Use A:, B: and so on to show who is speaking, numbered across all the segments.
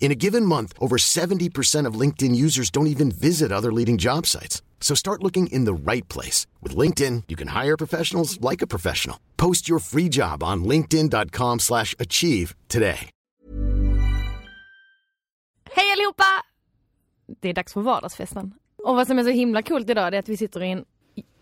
A: In a given month, over 70% of LinkedIn users don't even visit other leading job sites. So start looking in the right place. With LinkedIn, you can hire professionals like a professional. Post your free job on linkedin.com/achieve slash achieve today.
B: Hej allihopa! Det är dags för vardagsfesten. Och vad som är så himla coolt idag det är att vi sitter i en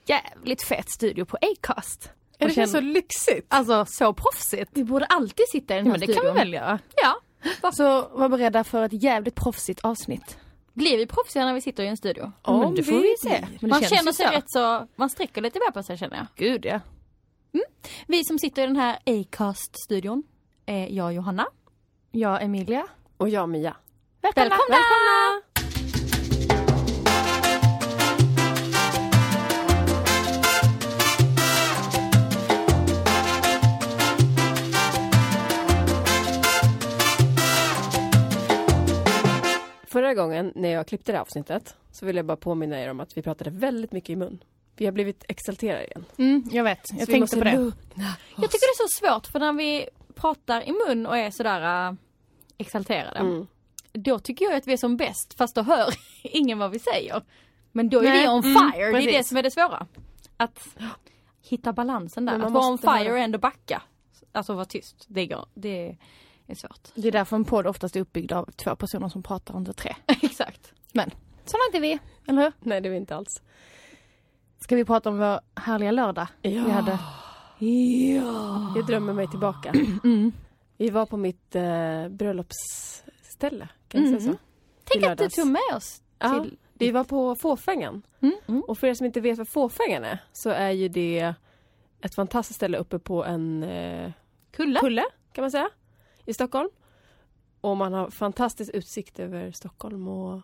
B: jävligt fet studio på Acast.
C: Är
B: Och
C: det
B: känner-
C: så lyxigt?
B: Alltså så proffsigt.
C: Vi borde alltid sitta i den här
B: Men det
C: studion.
B: kan vi väl göra.
C: Ja.
B: Så alltså, var beredda för ett jävligt proffsigt avsnitt.
C: Blir vi proffsiga när vi sitter i en studio?
B: Ja, men det får vi se. Men det
C: man
B: känns ju
C: känner sig
B: så.
C: rätt så, man sträcker lite mer på sig känner jag.
B: Gud ja.
C: Vi som sitter i den här Acast-studion är jag Johanna.
B: Jag Emilia.
D: Och jag Mia.
B: Välkomna!
C: Välkomna!
D: Förra gången när jag klippte det här avsnittet så ville jag bara påminna er om att vi pratade väldigt mycket i mun. Vi har blivit exalterade igen.
B: Mm, jag vet, jag
D: Så vi
B: tänkte
D: måste
B: på det.
D: lugna
C: Jag tycker det är så svårt för när vi pratar i mun och är sådär äh, exalterade.
D: Mm.
C: Då tycker jag att vi är som bäst fast då hör ingen vad vi säger. Men då är
B: Nej,
C: vi on
B: mm,
C: fire, det är det
B: precis.
C: som är det svåra. Att hitta balansen där,
D: Men
C: att
D: man
C: vara on
D: måste
C: fire
D: höra.
C: och ändå backa. Alltså vara tyst, det går, det är svårt.
B: Det är därför en podd oftast är uppbyggd av två personer som pratar, inte tre.
C: Exakt.
B: Men sådana är inte vi, eller hur?
D: Nej, det är vi inte alls.
B: Ska vi prata om vår härliga lördag vi hade?
D: Jag drömmer mig tillbaka.
B: Mm.
D: Vi var på mitt eh, bröllopsställe, kan jag
B: Mm.
D: säga så?
C: Tänk
D: I
C: att du
D: lördags.
C: tog med oss
D: Ja,
C: till...
D: vi var på Fåfängan.
C: Mm. Mm.
D: Och för er som inte vet vad Fåfängan är så är ju det ett fantastiskt ställe uppe på en eh,
C: Kulla?
D: kulle kan man säga i Stockholm. Och man har fantastisk utsikt över Stockholm och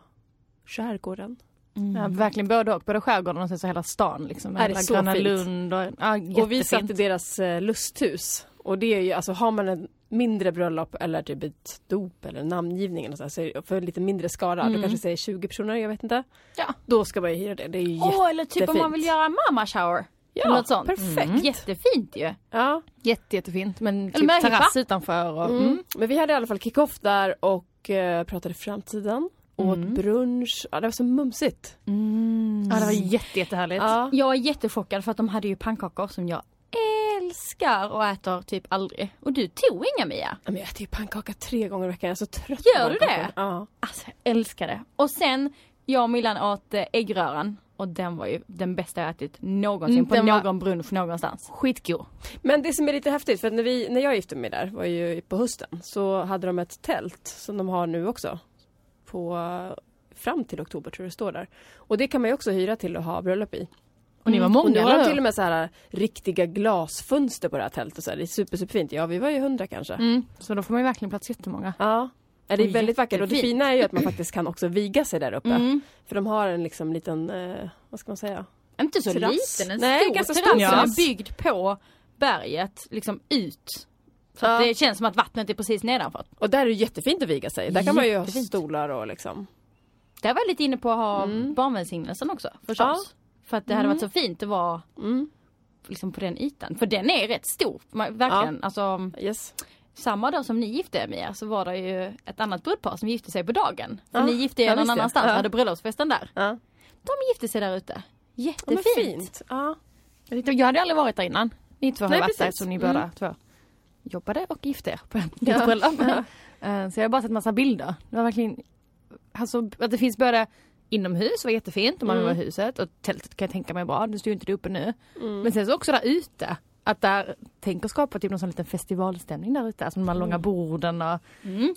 D: skärgården.
C: Mm.
B: Ja, verkligen både och, både skärgården och sen så hela stan liksom.
D: Mm. Ja, det är
B: Hela
D: så
B: Gröna
D: fint.
B: Lund och, ja,
D: Och vi satt i deras eh, lusthus. Och det är ju, alltså har man ett mindre bröllop eller typ ett dop eller namngivning eller så, här, så är det för en lite mindre skara,
C: Mm.
D: du kanske säger 20 personer, jag vet inte.
C: Ja.
D: Då ska man ju hyra det. Det är ju jätte-
C: Åh, eller typ om man
D: jättefint.
C: vill göra mamma shower.
D: ja,
C: eller något sånt. Mm.
D: perfekt.
C: Jättefint ju.
D: Ja.
B: Jätte, jättefint. Men
C: med
B: typ
C: hippa.
B: terrass utanför och...
D: Mm. Men vi hade i alla fall kick-off där och eh, pratade framtiden. Åt
B: Mm.
D: brunch. Ja, det var så mumsigt.
B: Ja, det var jätte, jättehärligt.
D: Ja.
C: Jag är jättechockad för att de hade ju pannkakor som jag älskar och äter typ aldrig. Och du tog inga Mia.
D: Ja, Men jag äter ju pannkaka tre gånger i veckan. Jag är så trött
C: Gör
D: på
C: du
D: pannkakor.
C: det?
D: Ja.
C: Alltså jag älskar det. Och sen, jag och Millan åt eh, äggröran. Och den var ju den bästa jag ätit någonsin
B: Mm,
C: på
B: den var-
C: någon brunch någonstans.
B: Skitgod.
D: Men det som är lite häftigt, för att när, vi, när jag gifte mig där, var ju på hösten, så hade de ett tält som de har nu också. På, fram till oktober tror jag det står där. Och det kan man ju också hyra till och ha bröllop i. Mm.
B: Och ni var
D: Och nu
B: många,
D: har de
B: eller
D: till
B: hur?
D: och med så här riktiga glasfönster på det här tältet. Så här. Det är super, superfint. Ja, vi var ju hundra kanske.
B: Mm. Så då får man ju verkligen plats jättemånga.
D: Ja. Ja, det är
C: Och
D: väldigt vackert och det
C: jättefint.
D: fina är ju att man faktiskt kan också viga sig där uppe.
C: Mm.
D: För de har en liksom liten, eh, vad ska man säga?
C: Inte så
D: Terrass.
C: liten, en
D: Nej,
C: stor
D: ganska
C: terrass
D: stor
C: som är
B: terrass.
C: byggd på berget, liksom ut. Så att
D: Ja.
C: det känns som att vattnet är precis nedanför.
D: Och där är det jättefint att viga sig. Där kan man ju ha
C: Jättefint.
D: stolar och liksom.
C: Där var jag lite inne på att ha
D: Mm.
C: barnvälsignelsen också förstås.
D: Ja.
C: För att det hade varit så fint att vara
D: Mm.
C: liksom på den ytan. För den är rätt stor, man, verkligen. Alltså,
D: Yes.
C: samma dag som ni gifte er Mia så var det ju ett annat brudpar som gifte sig på dagen. För
D: Ja,
C: ni gifte er
D: ja,
C: någon
D: visst det.
C: annanstans och
D: Ja.
C: hade bröllopsfesten där.
D: Ja.
C: De gifte sig där ute.
D: Ja, men
C: Jättefint.
D: fint. Ja.
B: Jag tyckte- Jag hade aldrig varit där innan. Ni två har
D: Nej,
B: varit där
D: precis.
B: som ni
D: Mm.
B: båda två jobbade och gifte er på ditt bröllop. Eh, Så jag har bara sett massa bilder. Det var verkligen, alltså att det finns både inomhus var Mm. Mm. jättefint om man vill vara i huset och tältet kan jag tänka mig är bra, nu står ju inte det uppe nu. Men sen så också där ute. Att där, tänk att skapa typ någon sån liten festivalstämning där ute, alltså de här långa borden och,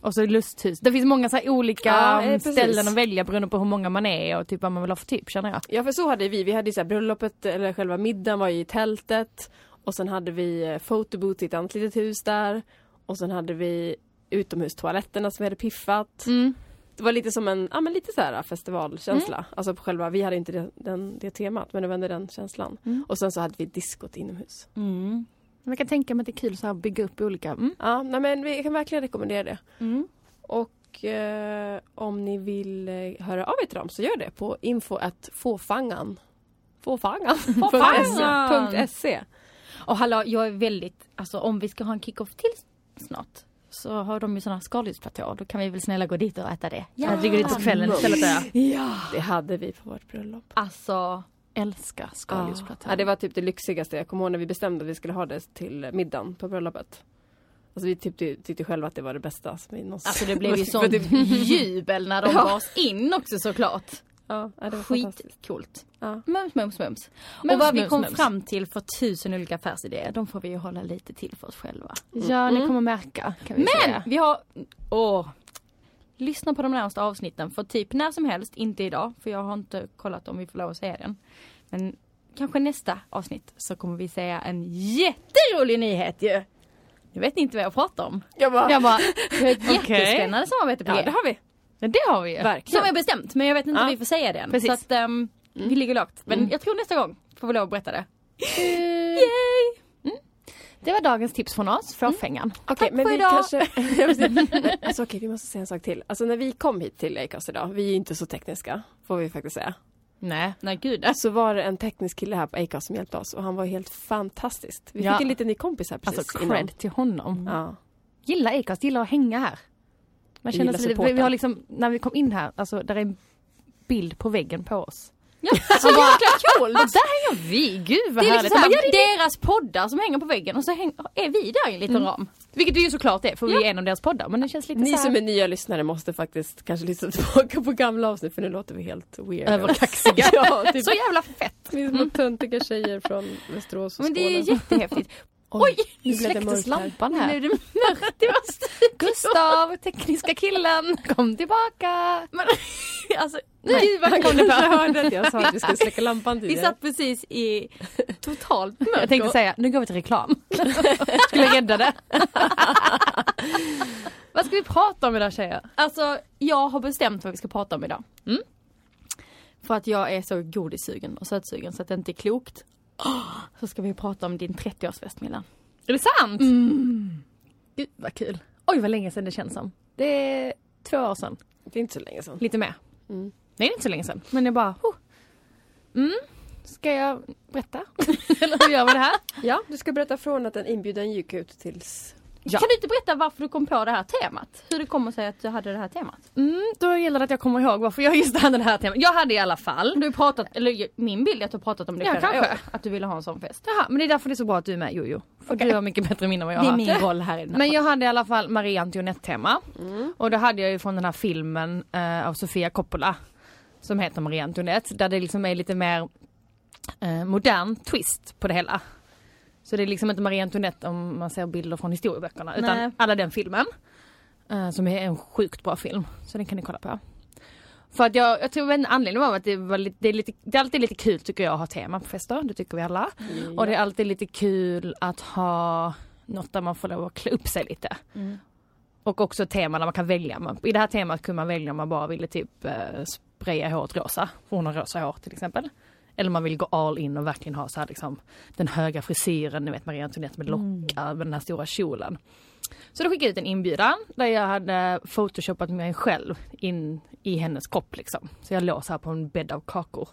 B: och så lusthus. Det finns många så här olika
D: Ja, eh,
B: mm,
D: precis.
B: ställen att välja beroende på hur många man är och typ vad man vill ha för typ känner jag.
D: Ja för så hade vi, vi hade ju så här bröllopet eller själva middagen var ju i tältet och sen hade vi eh, photobooth i ett annat litet hus där och sen hade vi utomhustoaletterna som vi hade piffat. Det var lite som en, ja men lite så här eh, festivalkänsla. Alltså på själva, vi hade inte det, den, det temat men det var ändå den känslan. Och sen så hade vi diskot inomhus.
B: Men jag kan tänka mig att det är kul så här att bygga upp olika, mm.
D: Ja, nej, men vi kan verkligen rekommendera det. Och eh, om ni vill eh, höra av er till dem så gör det på info at fåfangan. Fåfangan.
C: Fåfangan.
D: E. punkt E. .se.
C: Och hallå, jag är väldigt, alltså om vi ska ha en kick-off till snart så har de ju sådana här skaldjursplatåer, då kan vi väl snälla gå dit och äta det. Ja,
B: Jag tycker det är på kvällen istället. där.
D: Det hade vi på vårt bröllop.
C: Alltså,
B: Älskar skaldjursplatå.
D: Ja, det var typ det lyxigaste. Jag kommer ihåg när vi bestämde att vi skulle ha det till middagen på bröllopet. Alltså vi tyckte, tyckte själva att det var det bästa som vi någonsin...
C: alltså det blev ju sån
D: Typ,
C: jubel när de bars in också såklart.
D: ja, ja, det var fantastiskt.
C: Skitcoolt.
D: Ja.
C: Mums, mums, mums.
B: Mums,
C: Och vad vi
B: mums,
C: kom
B: mums.
C: fram till för tusen olika affärsidéer, de får vi ju hålla lite till för oss själva.
B: Ja, ni kommer märka kan vi
C: Men
B: säga.
C: vi har, åh. Lyssna på de närmaste avsnitten för typ när som helst, inte idag för jag har inte kollat om vi får lov att säga den. Men kanske nästa avsnitt så kommer vi säga en jätterolig nyhet ju. Nu vet ni inte vad jag pratar om.
D: Jag bara,
C: Jag bara, vi har ett jättespännande samarbete på
D: ja det
C: det.
D: har vi.
B: Men det har vi ju.
D: Verkligen.
C: Som är bestämt men jag vet inte om
D: Ja.
C: vi får säga det än.
B: Precis.
C: Så att ehm, vi ligger lågt. Men jag tror nästa gång får vi lov att berätta det.
B: Yay! Eh, Det var dagens tips från oss, fåfängan.
D: Okej,
C: för
D: vi
C: idag.
D: kanske... Ja, precis. Men, alltså, okej, vi måste säga en sak till. Alltså när vi kom hit till Acast idag, vi är ju inte så tekniska, får vi faktiskt säga.
B: Nej.
C: Nej gud.
D: Så var det en teknisk kille här på Acast som hjälpte oss och han var helt fantastisk. Vi
B: Ja.
D: fick en liten ny kompis här precis
B: Alltså
D: innan.
B: cred till honom.
D: Ja.
B: Gillar Acast, gillar att hänga här. Man
D: Gillar
B: känner sig lite, vi,
D: supporten.
B: vi har liksom, när vi kom in här, alltså där är en bild på väggen på oss.
C: Så jäkla coolt!
B: Där hänger vi, gud vad
C: Det är
B: härligt.
C: liksom
B: Man
C: såhär,
B: gör det-
C: deras poddar som hänger på väggen och så häng, är vi där i en liten ram.
B: Vilket det ju såklart är, för vi är en av deras poddar. Men det känns lite
D: Ni
B: såhär
D: som är nya lyssnare måste faktiskt kanske lyssna tillbaka på gamla avsnitt för nu låter vi helt weird.
B: överkaxiga.
D: ja, typ.
C: Så jävla fett!
D: Vi är små töntiga tjejer från Västerås och
C: Men det är
D: Skåne.
C: jättehäftigt.
D: Oj,
B: Nu
D: nu blev det
B: släcktes
D: mörkt här.
B: lampan
C: Nu är
B: här.
C: det mörkt i vår studio.
B: Gustav, tekniska killen,
C: Mm.
B: kom tillbaka.
C: Men, alltså,
D: Gud vad kul att jag hörde att jag sa att vi skulle släcka lampan
C: vi
D: tidigare.
C: satt precis i totalt mörker.
B: Jag tänkte säga, nu går vi till reklam. Skulle rädda det. Vad ska vi prata om idag tjejer?
C: Alltså, jag har bestämt vad vi ska prata om idag. För att jag är så godissugen och sötsugen så att det inte är klokt. Åh, Så ska vi prata om din 30-årsfest Milan.
B: Är det sant? Mm. Gud vad kul. Oj vad länge sedan det känns som. Det är två år sedan,
D: Det är inte så länge sedan.
B: lite mer.
D: Mm.
B: Nej det är inte så länge sedan, men jag bara... Oh. Mm. Ska jag berätta? Eller hur gör vi det här?
D: Ja, du ska berätta från att en inbjudan gick ut tills...
B: Ja.
C: Kan du inte berätta varför du kom på det här temat? Hur det kommer sig att du hade det här temat?
B: Mm, då gäller det att jag kommer ihåg varför jag just hade det här temat. Jag hade i alla fall.
C: Du har ju pratat, eller min bild är att du har pratat om det
B: Ja,
C: förra
B: kanske.
C: året, Att du ville ha en sån fest.
B: Jaha, men det är därför det är så bra att du är med Jojo. För du har mycket bättre minne än vad jag
C: Det är
B: har.
C: min roll här i den här
B: Men jag hade i alla fall Marie Antoinette-tema. Och då hade jag ju från den här filmen eh, av Sofia Coppola. Som heter Marie Antoinette. Där det liksom är lite mer eh, modern twist på det hela. Så det är liksom inte Marie Antoinette om man ser bilder från historieböckerna.
C: Nej.
B: Utan alla den filmen. Eh, som är en sjukt bra film. Så den kan ni kolla på. För att jag, jag tror en anledning var att det, var lite, det, är lite, det är alltid lite kul tycker jag att ha teman på fester. Det tycker vi alla. Och det är alltid lite kul att ha något där man får lov att klä upp sig lite. Och också teman där man kan välja. Man- I det här temat kunde man välja om man bara ville typ eh, spraya håret rosa. För hon har rosa hår till exempel. Eller man vill gå all in och verkligen ha så här liksom den höga frisyren, ni vet Marie Antoinette med lockar med den här stora kjolen. Så då skickade jag ut en inbjudan där jag hade photoshopat mig själv in i hennes kropp liksom. Så jag låg så här på en bädd av kakor.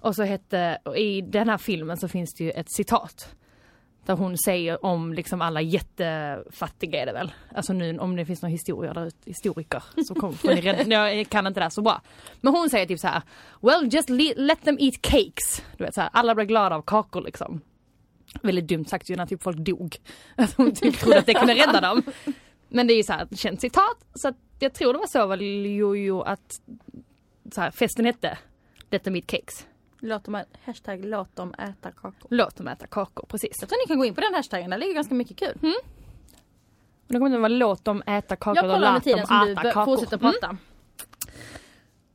B: Och så hette, och i den här filmen så finns det ju ett citat. Där hon säger om liksom alla jättefattiga är det väl. Alltså nu om det finns några historier där ute, historiker som kommer från Irland. Jag kan inte det här så bra. Men hon säger typ så här. Well just le- let them eat cakes. Du vet så här, alla blir glada av kakor liksom. Väldigt dumt sagt ju när typ folk dog. Att hon typ trodde att det kunde rädda dem. Men det är ju så här ett känt citat. Så att jag tror det var så väl Jojo att så här, festen hette Let them eat cakes.
C: Låt dem, ä- hashtag låt dem äta kakor.
B: Låt dem äta kakor, precis.
C: Så jag tror ni kan gå in på den hashtaggen, där ligger ganska mycket kul.
B: Och då kommer det vara låt dem äta kakor
C: Jag
B: och
C: kollar med
B: låt
C: tiden
B: dem
C: som du
B: äta
C: bör-
B: kakor.
C: fortsätter prata.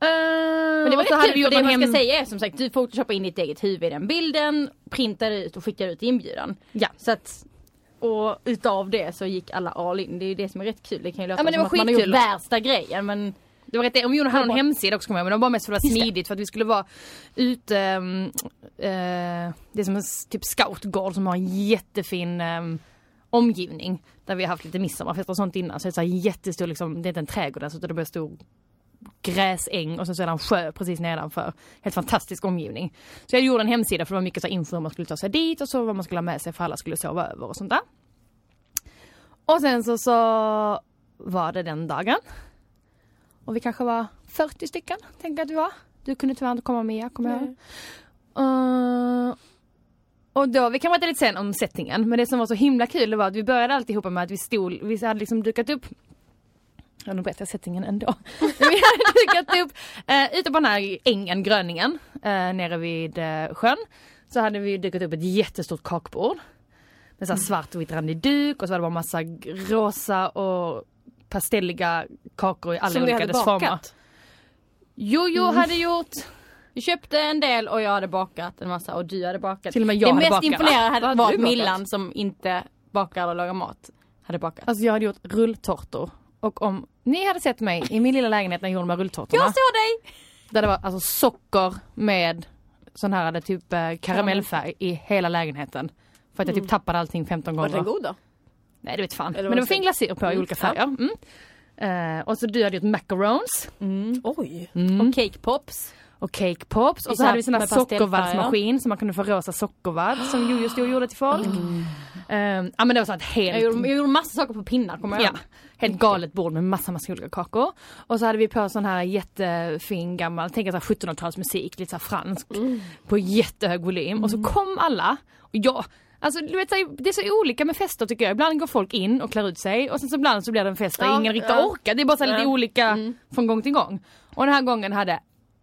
B: Eh,
C: Men det var
B: och så
C: rätt kul
B: hade vi
C: för
B: gjort
C: det
B: en
C: man
B: hem-
C: ska säga är som sagt, du photoshoppar in ditt eget huvud i den bilden, printar ut och skickar ut inbjudan.
B: Ja.
C: Så att, och utav det så gick alla all in. Det är ju det som är rätt kul. Det kan ju låta
B: Ja, men det
C: som
B: var
C: att man har
B: skitkul.
C: gjort värsta grejen men
B: Det var rätt, om Jonas hade en
C: Bra.
B: hemsida också kommer jag ihåg, men det var bara mest för att det var
C: Just det.
B: smidigt för att vi skulle vara ute, ehm, eh, det är som en s- typ scoutgård som har en jättefin ehm, omgivning. Där vi har haft lite midsommarfester och sånt innan. Så det är så här jättestor, liksom, det är inte en trädgård alltså, utan det är bara en stor gräsäng och sen så är det en sjö precis nedanför. Helt fantastisk omgivning. Så jag gjorde en hemsida för det var mycket så här info hur man skulle ta sig dit och så vad man skulle ha med sig för alla skulle sova över och sånt där. Och sen så, så var det den dagen. Och vi kanske var 40 stycken, tänker jag att vi var. Du kunde tyvärr inte komma med, kommer jag ihåg. Eh, och då, vi kan prata lite sen om settingen, men det som var så himla kul det var att vi började alltihopa med att vi stod, vi hade liksom dukat upp Ja nu berättar jag settingen ändå. Men vi hade dukat upp eh, ute på den här ängen, gröningen, eh, nere vid eh, sjön. Så hade vi dukat upp ett jättestort kakbord. Med så här
D: Mm.
B: svart och vitt randig duk och så var det bara massa g- rosa och pastelliga kakor i alla
D: Som ni
B: olika
D: hade
B: dess former.
D: bakat. Mm.
C: Jojo hade gjort vi köpte en del och jag hade bakat en massa och du hade bakat.
B: Till och med jag
C: det
B: hade
C: mest
B: bakat.
C: imponerande
D: Vad
C: hade
D: hade
C: varit
D: du bakat?
C: Millan som inte bakar eller lagar mat. Hade bakat.
B: Alltså jag hade gjort rulltårtor. Och om ni hade sett mig i min lilla lägenhet när jag gjorde de här rulltårtorna.
C: Jag såg dig!
B: Där det var alltså socker med sån här hade typ eh, karamellfärg i hela lägenheten. För att jag typ tappade allting 15
D: Var den
B: gånger.
D: god då?
B: Nej det vet fan.
D: Eller var
B: Men det
D: den
B: var fin
D: fin?
B: glasyr på i olika färger. Mm. Eh, och så du hade gjort macarons
D: Oj!
B: Mm.
C: Mm. Och cake pops.
B: och cake pops. Och så
C: Isär
B: hade vi sån här
C: med pastellfärger.
B: sockervaddsmaskin så man kunde få rosa sockervadd som Jojo stod och gjorde till folk. Eh, ja men det var så att
C: Jag
B: helt
C: gjorde, jag gjorde massa saker på pinnar kommer jag
B: Ja.
C: ihåg.
B: Helt galet bord med massa, massa olika kakor. Och så hade vi på sån här jättefin gammal, tänk er så här 1700-talsmusik, lite så här fransk.
D: Mm.
B: På jättehög volym. Och så kom alla. Och jag, alltså du vet, så här, det är så olika med fester tycker jag. Ibland går folk in och klär ut sig och sen så ibland så blir det en fest där
D: Ja,
B: ingen riktigt
D: ja.
B: orkar. Det är bara så här lite
D: Ja. Mm.
B: olika från gång till gång. Och den här gången hade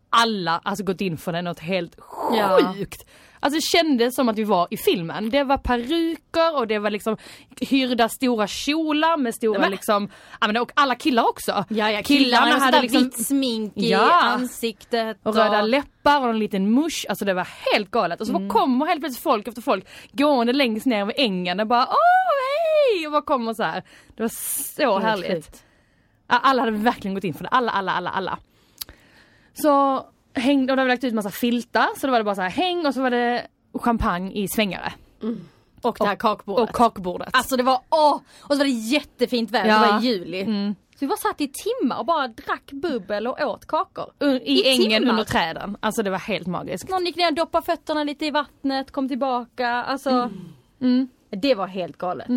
B: alla alltså gått in för det något helt
C: Ja.
B: sjukt. Alltså det kändes som att vi var i filmen. Det var peruker och det var liksom hyrda stora kjolar med stora
C: men-
B: liksom, ja, men, och alla killar också.
C: Ja, ja,
B: Killarna
C: killarna,
B: hade
C: hade
B: liksom-
C: vitt smink i
B: Ja.
C: ansiktet.
B: Och röda läppar och en liten musch, alltså det var helt galet. Och så
C: Mm.
B: bara kommer helt plötsligt folk efter folk gående längst ner vid ängen och bara åh hej! Och bara kommer så här. Det var så
C: Helt
B: härligt.
C: sjukt.
B: Ja, Alla hade verkligen gått in för det. Alla, alla, alla, alla. Så hängde, och då hade vi lagt ut massa filtar så då var det bara så här häng och så var det champagne i svängare.
C: Och det här kakbordet.
B: Och kakbordet.
C: Alltså det var åh! Och så var det jättefint väder,
B: Ja.
C: det var i juli. Så vi bara satt i timmar och bara drack bubbel och åt kakor.
B: Un- I,
C: i
B: ängen
C: timmar.
B: under träden. Alltså det var helt magiskt.
C: Någon gick ner och doppade fötterna lite i vattnet, kom tillbaka. Alltså, mm. Det var helt galet.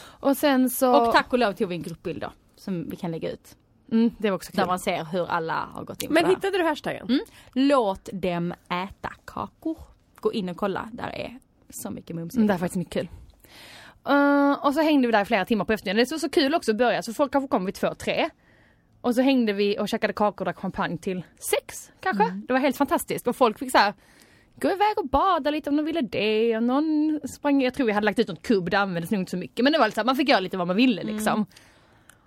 B: Och sen så...
C: Och tack och lov tog vi en gruppbild då. Som vi kan lägga ut.
B: Mm, det var också
C: Där
B: kul.
C: man ser hur alla har gått in på
D: Men
C: det här.
D: hittade du hashtaggen?
B: Mm.
C: Låt dem äta kakor. Gå in och kolla, där är så mycket mums.
B: Mm, det var faktiskt mycket kul. Eh, och så hängde vi där i flera timmar på eftermiddagen. Det var så kul också att börja, så folk kanske kom vid två, tre. Och så hängde vi och käkade kakor och drack champagne till sex kanske. Det var helt fantastiskt och folk fick så här gå iväg och bada lite om de ville det. Och någon sprang, jag tror vi hade lagt ut något kubb, det användes nog inte så mycket. Men det var lite så här, man fick göra lite vad man ville liksom.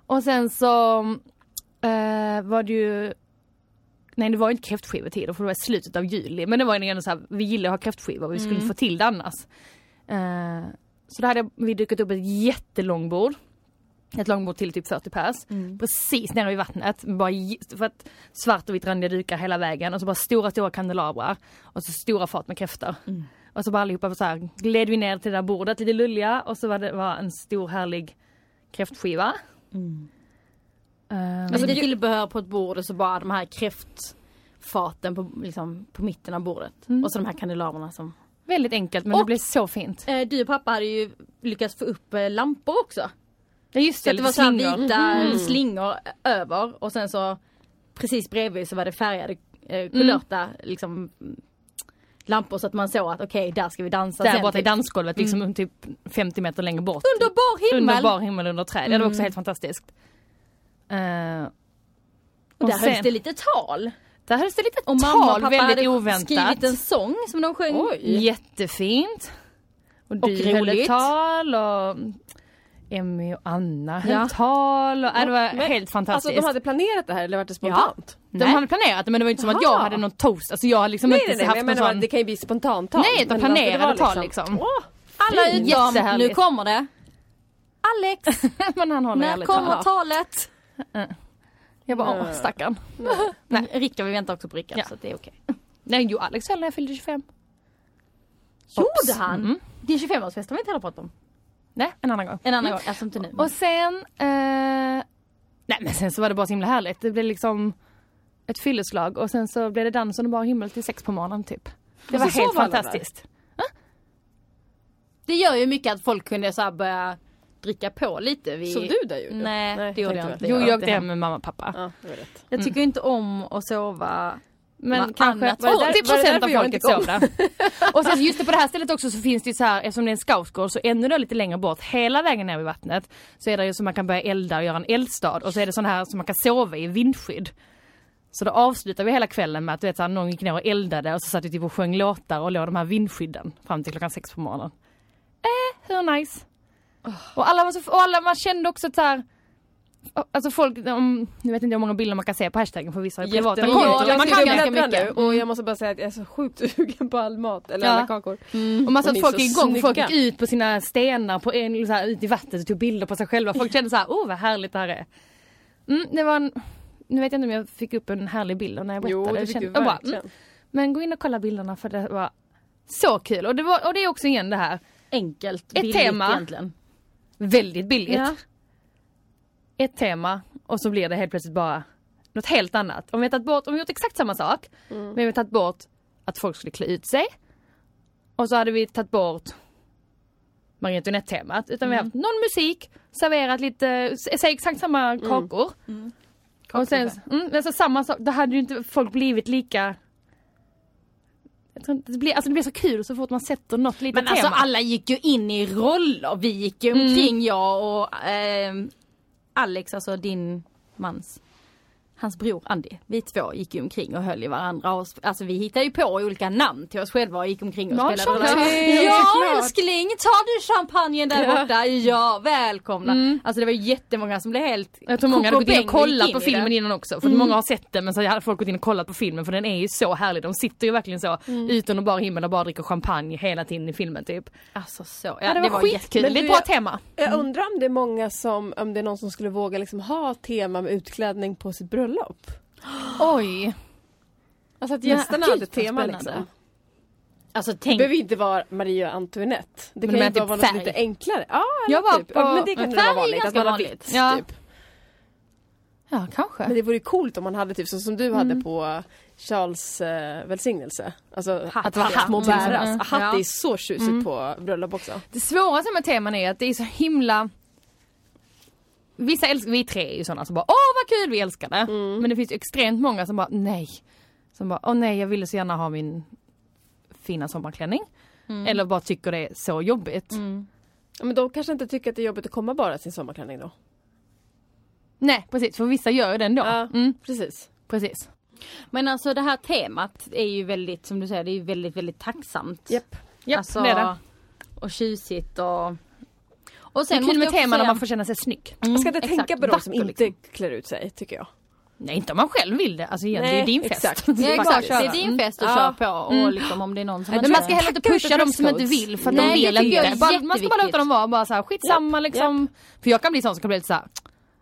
B: Och sen så eh, var det ju Nej det var ju inte kräftskivetider för det var i slutet av juli men det var ju ändå så här, vi gillar att ha kräftskivor vi skulle inte få till det annars. Eh, så då hade vi dukat upp ett jättelångbord. Ett långbord till typ 40 pers.
C: Mm.
B: Precis nere vid vattnet. Bara j- för att svart och vitt randiga dukar hela vägen och så bara stora stora kandelabrar. Och så stora fat med kräftor.
C: Mm.
B: Och så bara allihopa så här, gled vi ner till det där bordet lite lulliga och så var det var en stor härlig kräftskiva. Eh,
C: Alltså tillbehör på ett bord och så bara de här kräftfaten på, liksom, på mitten av bordet.
B: Mm.
C: Och så de här kandelabrarna som...
B: väldigt enkelt men det
C: Och-
B: blev så fint.
C: Eh, du och pappa hade ju lyckats få upp eh, lampor också.
B: Ja just
C: Så
B: det,
C: att det
B: lite
C: var så här
B: slingor. Mm.
C: vita slingor eh, över och sen så precis bredvid så var det färgade
B: Mm.
C: eh, kulörta liksom mm, lampor så att man såg att okej där ska vi dansa
B: Där
C: sen.
B: borta i
C: typ.
B: dansgolvet liksom typ 50 meter längre bort.
C: Underbar himmel!
B: Under bar himmel Mm. under träd. Ja, Det var också helt fantastiskt.
C: Och
B: Eh,
C: där
B: och sen-
C: hölls det lite tal.
B: Där hölls det lite
C: Och
B: tal
C: mamma och pappa
B: väldigt
C: hade
B: oväntat.
C: skrivit en sång som de sjöng.
D: Oj!
B: Jättefint. Och
C: Och
B: du höll
C: roligt.
B: ett tal och Emmy och Anna höll
C: Ja.
B: tal. Och, äh, det var
D: Men,
B: helt
D: Alltså
B: fantastiskt.
D: de hade planerat det här eller var det spontant?
B: De
C: Nej.
B: hade planerat det men det var inte som att jag
D: Aha.
B: hade någon toast. Alltså jag hade liksom
D: Nej,
B: inte
D: nej, nej, men
B: haft
D: jag
B: någon
D: menar,
B: sån.
D: det kan ju bli spontant tal.
B: Nej, utan
D: Men alltså, det
B: planerade
D: var
B: tal liksom.
D: Åh,
C: Alla
B: Fint.
C: utom, nu
B: Jättehärligt.
C: kommer det. Alex,
B: men han håller
C: när
B: ärligt
C: kommer
B: talat.
C: talet?
B: Jag bara, åh stackarn.
C: Nej. Rickard, vi väntar också på Rickard
B: Ja.
C: så det är okej.
B: Nej, jo Alex höll när jag fyllde 25.
C: Gjorde han? Din 25-årsfest har vi inte heller pratat om.
B: Nej, en annan gång.
C: Mm. En
B: Mm.
C: annan gång, alltså inte nu. men-
B: Och sen, eh, nej men sen så var det bara så himla härligt. Det blev liksom ett fylleslag och sen så blev det dansen och bara himmel till sex på morgonen typ. Det
D: Och
B: var
D: så
B: helt
D: sov alla där.
B: fantastiskt.
C: Det gör ju mycket att folk kunde så här börja dricka på lite. Vid...
D: Sov du där Julia?
C: Nej, det gjorde jag
D: tänkte
C: inte.
B: Jo, jag
C: alltid
B: åkte hem med mamma och pappa.
D: Ja, det var rätt.
C: Jag tycker inte om att sova.
B: Men
C: Va-
B: kanske
C: annat- Var det där-
B: 80
D: var det
B: procent
D: därför
B: av
D: jag
B: folket
D: inte kom?
B: sov där. Och sen Alltså, just det, på det här stället också så finns det ju så här, eftersom det är en scoutgård så ännu då lite längre bort, hela vägen ner vid vattnet, så är det ju så man kan börja elda och göra en eldstad och så är det sån här som man kan sova i vindskydd. Så då avslutar vi hela kvällen med att du vet, så här, någon gick ner och eldade och så satt vi typ och sjöng låtar och låg i de här vindskydden fram till klockan sex på morgonen. Eh, hur nice? Och alla var så, och alla, man kände också att så här, Alltså folk, om, nu vet inte hur många bilder man kan se på hashtaggen för vissa privata
C: Jättemånga.
B: konton.
C: Ja, man
D: jag man
C: kan
D: kan
C: ganska
D: bläddra nu
C: mycket.
D: och jag måste bara säga att jag är så sjukt sugen på all mat eller
B: Mm. Ja. Mm.
D: alla kakor.
B: Och man
D: De
B: satt
D: är
B: folk
D: så
B: igång, folk
D: snygga.
B: gick ut på sina stenar på en, så här, ut i vattnet och tog bilder på sig själva. Folk kände så här, oh vad härligt det här är. Mm, det var en, nu vet jag inte om jag fick upp en härlig bild när jag berättade.
D: Jo, det
B: Jag
D: fick
B: kände-
D: du
B: jag bara,
D: verkligen.
B: mm, men gå in och kolla bilderna för det var så kul. Och det, var, och det är också igen det här,
C: Enkelt,
B: Ett
C: billigt
B: tema.
C: egentligen.
B: väldigt billigt.
C: Ja.
B: Ett tema och så blir det helt plötsligt bara något helt annat. Om vi har tagit bort, om vi gjort exakt samma sak
C: Mm.
B: men vi har tagit bort att folk skulle klä ut sig. Och så hade vi tagit bort marionettemat. Utan
C: Mm.
B: vi har haft någon musik, serverat lite, säg exakt samma
C: Mm.
B: kakor. Och sen, mm, men så samma sak, då hade ju inte folk blivit lika jag tror inte, det, blir, alltså det blir så kul så fort man sätter något litet
C: Men alltså
B: tema.
C: alla gick ju in i roller. Vi gick ju
B: Mm.
C: omkring jag och ehm, Alex, alltså din mans, hans bror Andy. Vi två gick ju omkring och höll i varandra. Och, sp- alltså vi hittade ju på olika namn till oss själva och gick omkring och
B: Ja,
C: spelade.
B: såklart.
C: Ja älskling, tar du champagnen där borta? Ja, välkomna. Alltså det var ju jättemånga som blev helt
B: Mm. Jag tror många hade gått in Mm. och kollat på filmen
C: innan.
B: innan också. För att många har sett den men så hade folk gått in och kollat på filmen för den är ju så härlig. De sitter ju verkligen så ut under bar himmel och bara dricker champagne hela tiden i filmen typ.
C: Alltså så, ja,
B: Ja,
C: det, var
B: skitkul,
C: jättekul.
D: Men
B: det är
D: du,
B: ett bra
D: jag-
B: tema.
D: Jag undrar om det är många som, om det är någon som skulle våga liksom ha tema med utklädning på sitt bröllop.
B: Oj.
D: Alltså att
C: Men
D: gästerna
C: gud,
D: hade
C: vad
D: tema
C: spännande.
D: liksom.
C: Alltså
D: Det
C: tänk
D: behöver inte vara Maria Antoinette. Det
B: Men
D: kan
B: de
D: ju
B: är
D: inte
B: typ
D: vara något
B: färg.
D: lite enklare. Ja,
B: Jag var
D: typ.
B: på...
D: ja, men det kan
C: färg
D: vara
C: är
D: vanligt. Att
C: ganska
D: man har
C: vanligt.
D: vitt,
B: Ja.
D: typ.
B: Ja kanske.
D: Men det vore ju coolt om man hade typ så som du hade på Charles eh, välsignelse. Alltså
C: Hatt.
D: att vara
C: Hatt.
D: hatt må
C: Mm.
D: bäras.
C: Mm.
D: Hatt
C: Ja.
D: är så tjusigt på bröllop också.
B: Det svåraste med teman är att det är så himla Vissa älskar, vi tre är ju sådana som bara åh vad kul vi älskar det. Men det finns ju extremt många som bara nej. Som bara åh nej jag ville så gärna ha min fina sommarklänning. Eller bara tycker det är så jobbigt.
D: Ja, men de kanske inte tycker att det är jobbigt att komma bara i sin sommarklänning då.
B: Nej precis för vissa gör ju det ändå.
D: Ja.
B: Mm,
D: Precis.
B: precis.
C: Men alltså det här temat är ju väldigt, som du säger, det är ju väldigt, väldigt tacksamt.
D: Japp.
B: Japp,
C: alltså,
B: det är det.
C: Och tjusigt och... Och
B: Det
C: sen
B: är kul med
C: måste jag också
B: teman när
C: säga- Mm.
B: man får känna sig snygg.
D: Man ska inte
C: exakt.
D: tänka på de som
C: Vacker,
D: inte klär ut sig tycker jag.
B: Nej inte om man själv vill det. Alltså igen, det är ju
D: Nej,
B: din fest.
D: exakt.
B: Det är
C: Ja,
B: bara
C: exakt,
B: att
C: det
B: köra.
C: är din fest att
D: Mm.
C: köra
D: Ja.
C: på och liksom om det är någon som
B: Men
C: inte-
B: man ska heller inte
D: Tacka
B: pusha
D: för
B: de som inte
D: dresscodes.
B: vill för att
C: Nej,
B: de vill
C: det tycker jag är
B: inte. Bara, man ska bara
C: jätteviktigt.
B: låta dem vara bara så här, skitsamma liksom. För jag kan bli sån som kan bli lite så här,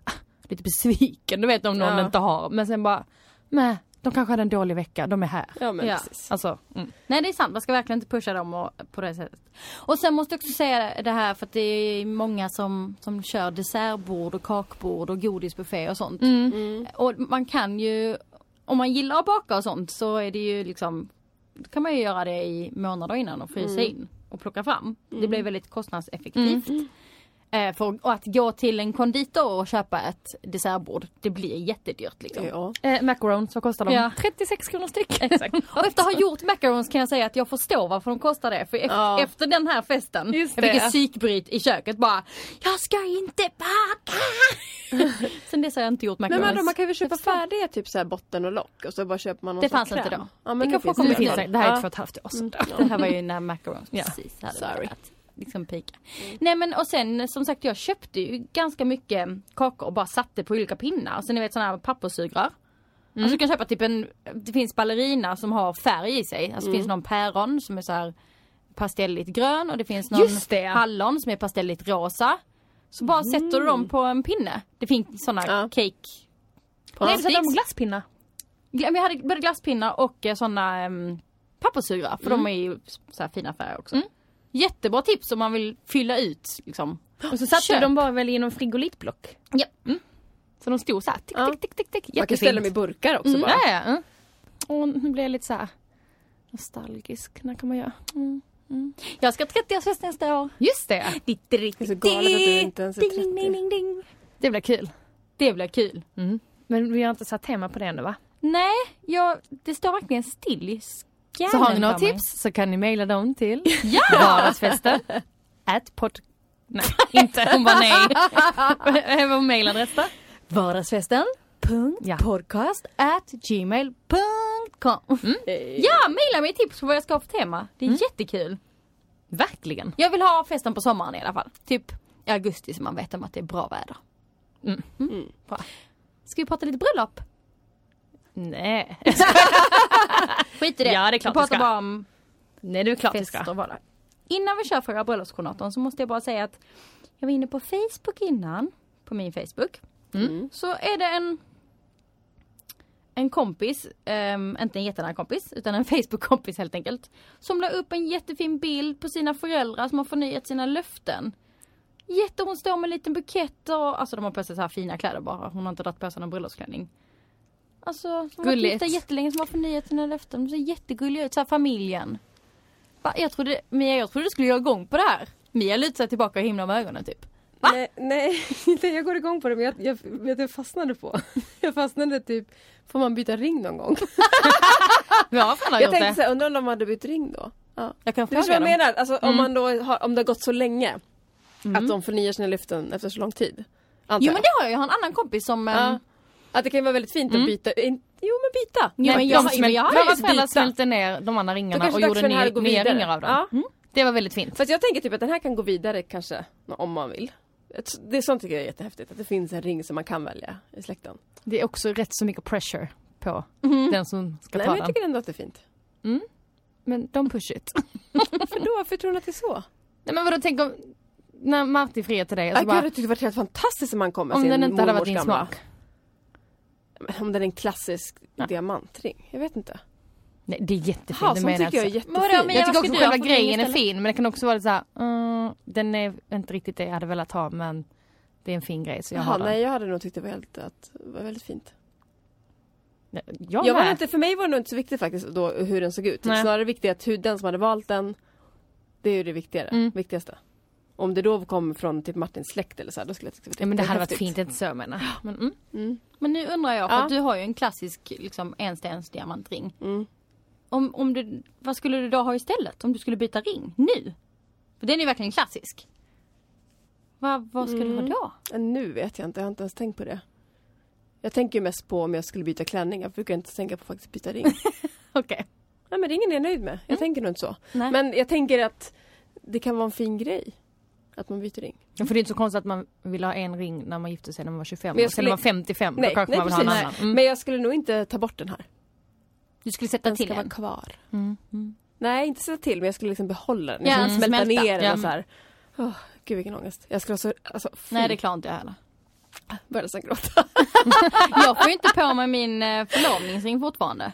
B: ah, lite besviken du vet om någon
D: Ja.
B: inte har. Men sen bara, nej de kanske hade en dålig vecka, de är här.
D: Ja men
C: Ja.
D: precis.
B: Alltså, mm.
C: Nej det är sant, man ska verkligen inte pusha dem och, på det sättet. Och sen måste jag också säga det här för att det är många som, som kör dessertbord och kakbord och godisbuffé och sånt. Mm. Och man kan ju, om man gillar att baka och sånt så är det ju liksom, då kan man ju göra det i månader innan och frysa in och plocka fram. Det blir väldigt kostnadseffektivt. Eh, för, och att gå till en konditor och köpa ett dessertbord, det blir jättedyrt liksom.
D: Ja.
B: Eh, macarons, vad kostar de?
C: Ja.
B: 36 kronor styck.
C: Exakt. Och efter att ha gjort macarons kan jag säga att jag förstår varför de kostar det. För efter,
D: Ja.
C: efter den här festen,
B: Just
C: jag fick
B: det.
C: ett psykbryt i köket bara Jag ska inte baka! Sen dess har jag inte gjort
D: Men
C: macarons.
D: man, man kan väl köpa färdiga typ så här botten och lock och så bara köper man någon
C: Det
D: sån
C: fanns
D: kräm.
C: inte då.
D: Ja,
C: Det
D: men det,
C: kanske
D: finns
C: kommer
B: Det,
D: det.
B: finns,
D: Ja.
B: det här är två och ett halvt år sedan.
C: Det här var ju när macarons
B: Ja. Mm.
C: precis hade
D: Sorry.
C: börjat liksom pika. Nej men och sen som sagt jag köpte ju ganska mycket kakor och bara satte på olika pinnar. Så ni vet sådana här papperssugrar.
B: Mm.
C: Alltså du kan köpa typ en, det finns ballerina som har färg i sig. Alltså det
B: Mm.
C: finns någon päron som är så här pastelligt grön och det finns någon
B: Just det. Mm.
C: hallon som är pastelligt rosa. Så bara sätter du dem på en pinne. Det finns sådana
D: Ja.
C: cake
B: Nej, det
C: sticks.
B: är glasspinnar.
C: Ja, men Jag hade både glasspinnar och eh, såna um, papperssugrar för de är ju så här fina färger också. Jättebra tips om man vill fylla ut liksom.
B: Och så satte
C: Köp.
B: de bara väl i någon frigolitblock.
C: Ja. Mm. Så de stod såhär tick,
D: Ja.
C: tick, tick, tick, tick.
D: Man kan ställa dem i
C: Jättefint.
D: burkar också
C: Mm.
D: bara.
C: Ja, ja, ja. Mm.
B: Och nu blir jag lite så här nostalgisk. När kan man göra? Mm.
C: Jag ska 30-årsfest nästa år.
B: Just det!
C: Ditt, ditt,
D: Det är så galet att du inte ens är
C: ding, ding,
D: 30.
C: ding, ding, ding.
B: Det blir kul.
C: Det blir kul.
B: Men vi har inte satt tema på det ännu va?
C: Nej, jag, det står verkligen still i
B: Så har ni
C: hjärnan
B: några
C: för mig.
B: tips så kan ni mejla dem till
C: Ja!
B: vardagsfesten. At pod... Nej, inte. Hon bara nej. Vad var mejladress då?
C: Vardagsfesten.
B: Ja.
C: Podcast at gmail.com
D: Hej.
C: Ja, mejla mig tips på vad jag ska ha för tema. Det är jättekul.
B: Verkligen.
C: Jag vill ha festen på sommaren i alla fall. Typ i augusti så man vet om att det är bra väder. Mm. Bra. Ska vi prata lite bröllop?
B: Nej.
C: Skit i det.
B: Ja, det är klart
C: vi
B: vi ska.
C: pratar bara om
B: Nej, det är klart vi
C: fester
B: ska.
C: och vardag. Innan vi kör förra bröllopskoordinatorn så måste jag bara säga att jag var inne på Facebook innan, på min Facebook.
B: Mm.
C: Så är det en en kompis, ehm, inte en jättenära kompis utan en Facebook-kompis helt enkelt. Som la upp en jättefin bild på sina föräldrar som har förnyat sina löften. Jätte, hon står med en liten bukett och alltså de har på sig så här fina kläder bara. Hon har inte dragit på sig någon bröllopsklänning. Alltså, som har varit
B: Gulligt.
C: gifta jättelänge som har förnyat sina löften. De ser jättegulliga ut, så här familjen. Va, jag trodde, Mia jag trodde du skulle gå igång på det här. Mia lutar sig tillbaka och himlar med ögonen typ.
D: Nej, nej, nej, jag går igång på det men jag, jag vet du, jag fastnade på. Jag fastnade typ, får man byta ring någon gång?
B: Ja, fan
D: Jag
B: har gjort
D: tänkte
B: det.
D: så här, undrar om de hade bytt ring då? Ja.
C: Jag kan
D: Du förstår
C: fråga
D: vad jag
C: dem.
D: menar? Alltså, om, man då har, om det har gått så länge att de förnyar sina löften efter så lång tid.
C: Jo
D: Antar jag.
C: men det har jag, jag har en annan kompis som ehm,
D: Ja. Att det kan ju vara väldigt fint att byta. in- Jo men byta!
C: Nej, men jag,
B: de
C: de men jag har
B: mammas
C: ju
B: föräldrar
C: byta.
B: smälte ner de andra
D: Då
B: ringarna
D: kanske
B: och
D: det är dags
B: gjorde
D: för den Mm. här
B: nya,
D: att gå vidare.
B: nya ringar av dem.
D: Ja.
B: Det var väldigt fint.
D: Fast jag tänker typ att den här kan gå vidare kanske om man vill. Ett- Det är sånt tycker jag är jättehäftigt, att det finns en ring som man kan välja i släkten.
B: Det är också rätt så mycket pressure på den som ska
D: Nej
B: ta
D: men jag
B: den.
D: tycker ändå att det är fint.
B: Men de push it.
D: Varför då? Varför tror hon att det är så?
B: Nej men vadå, tänk om när Martin friar till dig och så
D: Jag
B: bara,
D: hade tyckt det varit helt fantastiskt om man kom med
B: om
D: sin
B: den inte hade
D: mormors
B: varit din
D: gamla.
B: smak.
D: Men Om den är en klassisk
B: Ja.
D: diamantring. Jag vet inte.
B: Nej det är jättefint,
D: Ja,
B: det
D: sånt
B: menar
D: tycker
B: jag
D: jag är
B: inte.
D: jättefint.
C: Men vadå, men
B: Jag
C: Ja,
B: tycker
C: vad
B: också
C: ska du
B: själva
C: ha för ring
B: grejen är
C: istället?
B: fin men det kan också vara lite såhär, mm, den är inte riktigt det jag hade velat ha men det är en fin grej så jag
D: Jaha,
B: har den.
D: nej jag hade nog tyckt det var, helt, att, var väldigt fint.
B: Nej, Jag,
D: Jag var
B: med.
D: inte, för mig var det nog inte så viktigt faktiskt då hur den såg ut.
B: Nej.
D: Snarare viktigt att hur den som hade valt den, det är ju det viktigare,
B: Mm.
D: viktigaste. Om det då kom från typ Martins släkt eller så här, då skulle jag tycka
B: Ja, men det hade varit
D: häftigt.
B: fint, inte så jag menar. Men, mm.
D: Mm.
C: Men nu undrar jag, för
D: Ja.
C: att du har ju en klassisk liksom, enstens diamantring.
D: Mm.
C: Om, om du, vad skulle du då ha istället? Om du skulle byta ring nu? För den är ju verkligen klassisk. Va, vad ska du ha
D: Mm.
C: då?
D: Men Nu vet jag inte, jag har inte ens tänkt på det. Jag tänker ju mest på om jag skulle byta klänning, jag brukar inte tänka på att faktiskt byta ring.
C: Okej.
D: nej men ringen är jag nöjd med, jag tänker nog inte så.
C: Nej.
D: Men jag tänker att det kan vara en fin grej. Att man byter ring.
B: Ja, För det är inte så konstigt att man vill ha en ring när man gifte sig när man var 25
D: Men jag
B: och sen när man var 55 då kanske man vill ha en annan. Mm.
D: Men jag skulle nog inte ta bort den här.
C: Du skulle sätta
D: Den
C: till
D: ska vara
C: en.
D: kvar.
B: Mm.
D: Nej, inte sätta till men jag skulle liksom behålla den.
C: Ja,
D: Jag skulle
C: den ska
D: smälta,
C: smälta.
D: ner den
C: Ja.
D: och så här. Åh, gud vilken ångest. Jag skulle ha så, alltså, fy,
C: Nej det klarar inte jag heller.
D: började nästan gråta.
C: Jag får ju inte på mig min eh, förlovningsring fortfarande.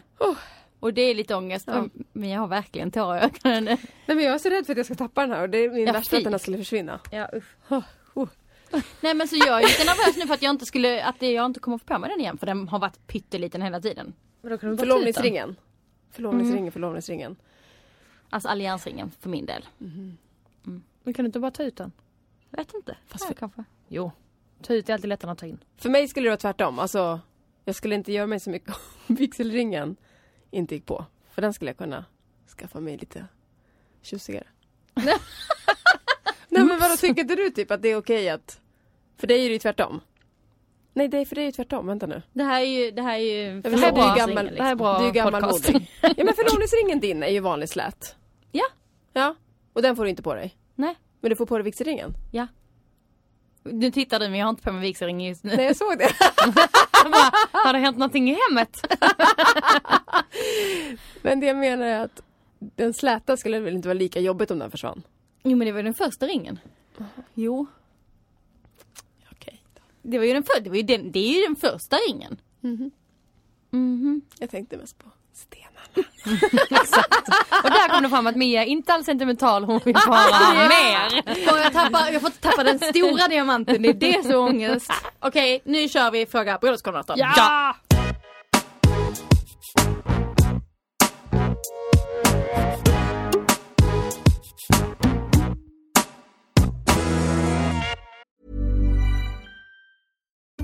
C: Och det är lite ångest.
D: Oh. Ja.
C: Men jag har verkligen tårar i ögonen.
D: Nej men jag är så rädd för att jag ska tappa den här och det är min
C: Ja,
D: värsta
C: fy.
D: att den här skulle försvinna.
C: Ja, usch. Nej men så jag är lite nervös nu för att jag inte skulle, att jag inte kommer få på mig den igen för den har varit pytteliten hela tiden.
D: typ Förlovningsringen. Förlovningsringen, förlovningsringen.
C: Alltså alliansringen för min del.
B: Men kan du inte bara ta ut den?
C: Vet inte.
D: Fast
C: ja,
D: för-
C: kanske.
B: Jo. Ta ut är alltid lättare än att ta in.
D: För mig skulle det vara tvärtom. Alltså, jag skulle inte göra mig så mycket om vigselringen inte gick på. För den skulle jag kunna skaffa mig lite tjusigare. Nej men vadå, tycker inte du typ att det är okej att... För dig är det ju tvärtom. Nej, det är för dig är det tvärtom. Vänta nu.
C: Det här är ju, det här är ju...
D: Det
B: Det här
D: bra.
B: blir ju
D: Det
B: gammal,
D: här
B: det här är bra
D: Du är
B: podcast.
D: gammalmodig. Ja men förlovningsringen din är ju vanlig slät.
C: Ja.
D: Ja. Och den får du inte på dig.
C: Nej.
D: Men du får på dig vigselringen.
C: Nu tittar du men jag har inte på mig vigselring just nu.
D: Nej jag såg det.
C: Har det hänt någonting i hemmet?
D: Men det jag menar är att den släta skulle väl inte vara lika jobbigt om den försvann.
C: Jo men det var ju den första ringen. Jo.
D: Okej.
C: Det var ju den första, det, var ju den- det är ju den första ringen. Mhm.
D: Jag tänkte mest på stenarna.
C: Och där kom det fram att Mia inte alls sentimental, hon vill bara mer. Och jag, tappar, jag Ah, får inte tappa den stora diamanten, det är det som är ångest. Okej, nu kör vi fråga bröllopskoordinatorn.
B: Ja!